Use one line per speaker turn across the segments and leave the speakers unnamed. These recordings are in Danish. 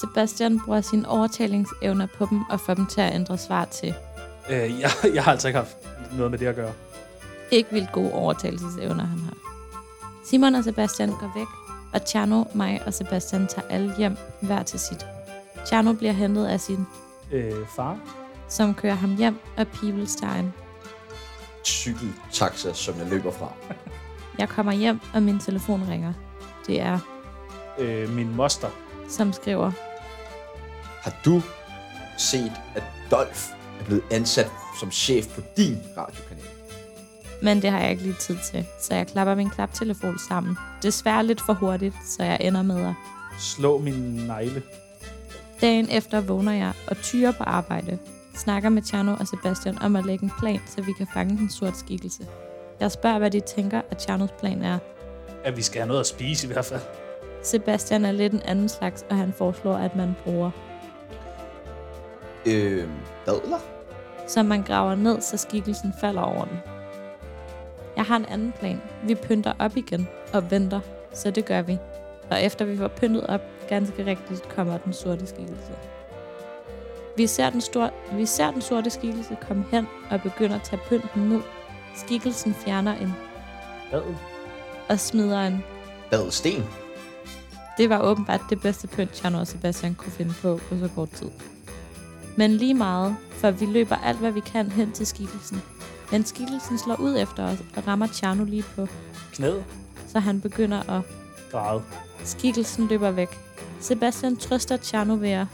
Sebastian bruger sine overtalingsevner på dem og får dem til at ændre svar til.
Øh, jeg, jeg har altså ikke haft noget med det at gøre.
Det er ikke vildt gode overtagelsesevner, han har. Simon og Sebastian går væk, og Tjerno, mig og Sebastian tager alle hjem hver til sit. Tjerno bliver hentet af sin,
Øh, far?
som kører ham hjem, og Pibels tager en.
Cykeltaxa, som jeg løber fra.
Jeg kommer hjem, og min telefon ringer. Det er,
Øh, min moster?
som skriver,
Har du set, at Dolf er blevet ansat som chef på din radiokanal?
men det har jeg ikke lige tid til, så jeg klapper min klaptelefon sammen. Desværre lidt for hurtigt, så jeg ender med at
Slå min negle.
Dagen efter vågner jeg og tyrer på arbejde. Snakker med Tjerno og Sebastian om at lægge en plan, så vi kan fange den sorte skikkelse. Jeg spørger, hvad de tænker, at Tjernos plan er.
At vi skal have noget at spise i hvert fald.
Sebastian er lidt en anden slags, og han foreslår, at man bruger.
Øh,
Øhm,
dadler?
Så man graver ned, så skikkelsen falder over den. Jeg har en anden plan. Vi pynter op igen og venter, så det gør vi. Og efter vi får pyntet op, ganske rigtigt kommer den sorte skikkelse. Vi ser den, stor, vi ser den sorte skikkelse komme hen og begynder at tage pynten ned. Skikkelsen fjerner en
Hvad?
og smider en.
Dadelsten?
Det var åbenbart det bedste pynt, Jan og Sebastian kunne finde på på så kort tid. Men lige meget, for vi løber alt, hvad vi kan hen til skikkelsen. Men skikkelsen slår ud efter os og rammer Tjerno lige på,
Knæet?
så han begynder at...
Græde.
Skikkelsen løber væk. Sebastian trøster Tjerno ved at,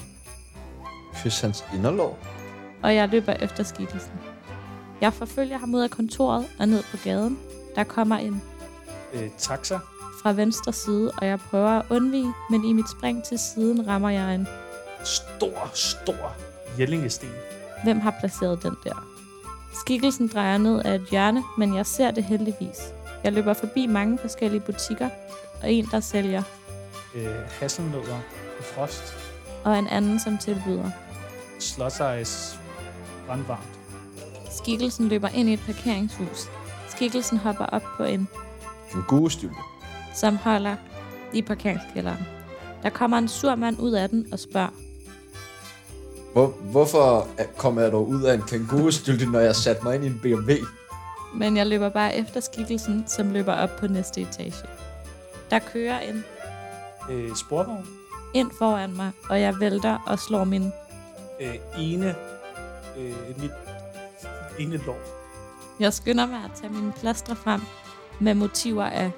Kys hans inderlov?
og jeg løber efter skikkelsen. Jeg forfølger ham ud af kontoret og ned på gaden. Der kommer en
Øh, taxa?
fra venstre side, og jeg prøver at undvige, men i mit spring til siden rammer jeg en.
Stor, stor Jellingesten.
Hvem har placeret den der? Skikkelsen drejer ned af et hjørne, men jeg ser det heldigvis. Jeg løber forbi mange forskellige butikker, og en, der sælger,
Øh, hasselnødder. Frost.
og en anden, som tilbyder.
Slotsejs. Brandvarmt.
Skikkelsen løber ind i et parkeringshus. Skikkelsen hopper op på en,
En gudestylte.
som holder i parkeringskælderen. Der kommer en sur mand ud af den og spørger.
Hvor, hvorfor er- kom jeg dog ud af en kængurustylte, når jeg satte mig ind i en BMW?
Men jeg løber bare efter skikkelsen, som løber op på næste etage. Der kører en
Øh, sporvogn.
ind foran mig, og jeg vælter og slår min
Øh, ene. Øh, mit ene lår.
Jeg skynder mig at tage mine plaster frem med motiver af,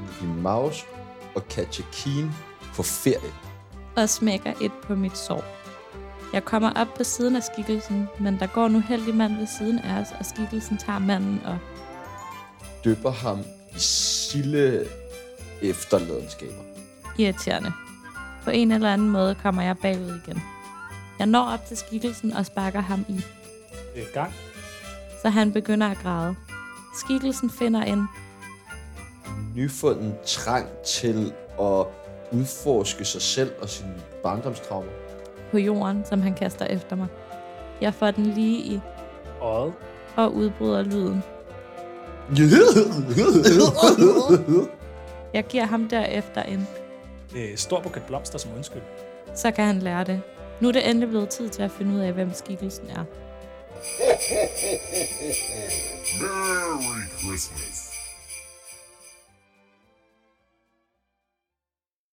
Mickey Mouse og Katja Keen på ferie.
og smækker et på mit sår. Jeg kommer op på siden af skikkelsen, men der går nu heldig mand ved siden af os, og skikkelsen tager manden og
Døber ham i sille efterladenskaber.
irriterende. På en eller anden måde kommer jeg bagud igen. Jeg når op til skikkelsen og sparker ham i,
Øh, gang.
så han begynder at græde. Skikkelsen finder en,
Nyfunden trang til at udforske sig selv og sine barndomstraumer.
på jorden, som han kaster efter mig. Jeg får den lige i
Øjet.
og udbryder lyden. Jeg giver ham derefter en
Øh, stor buket blomster som undskyld.
så kan han lære det. Nu er det endelig blevet tid til at finde ud af, hvem skikkelsen er.
Merry Christmas.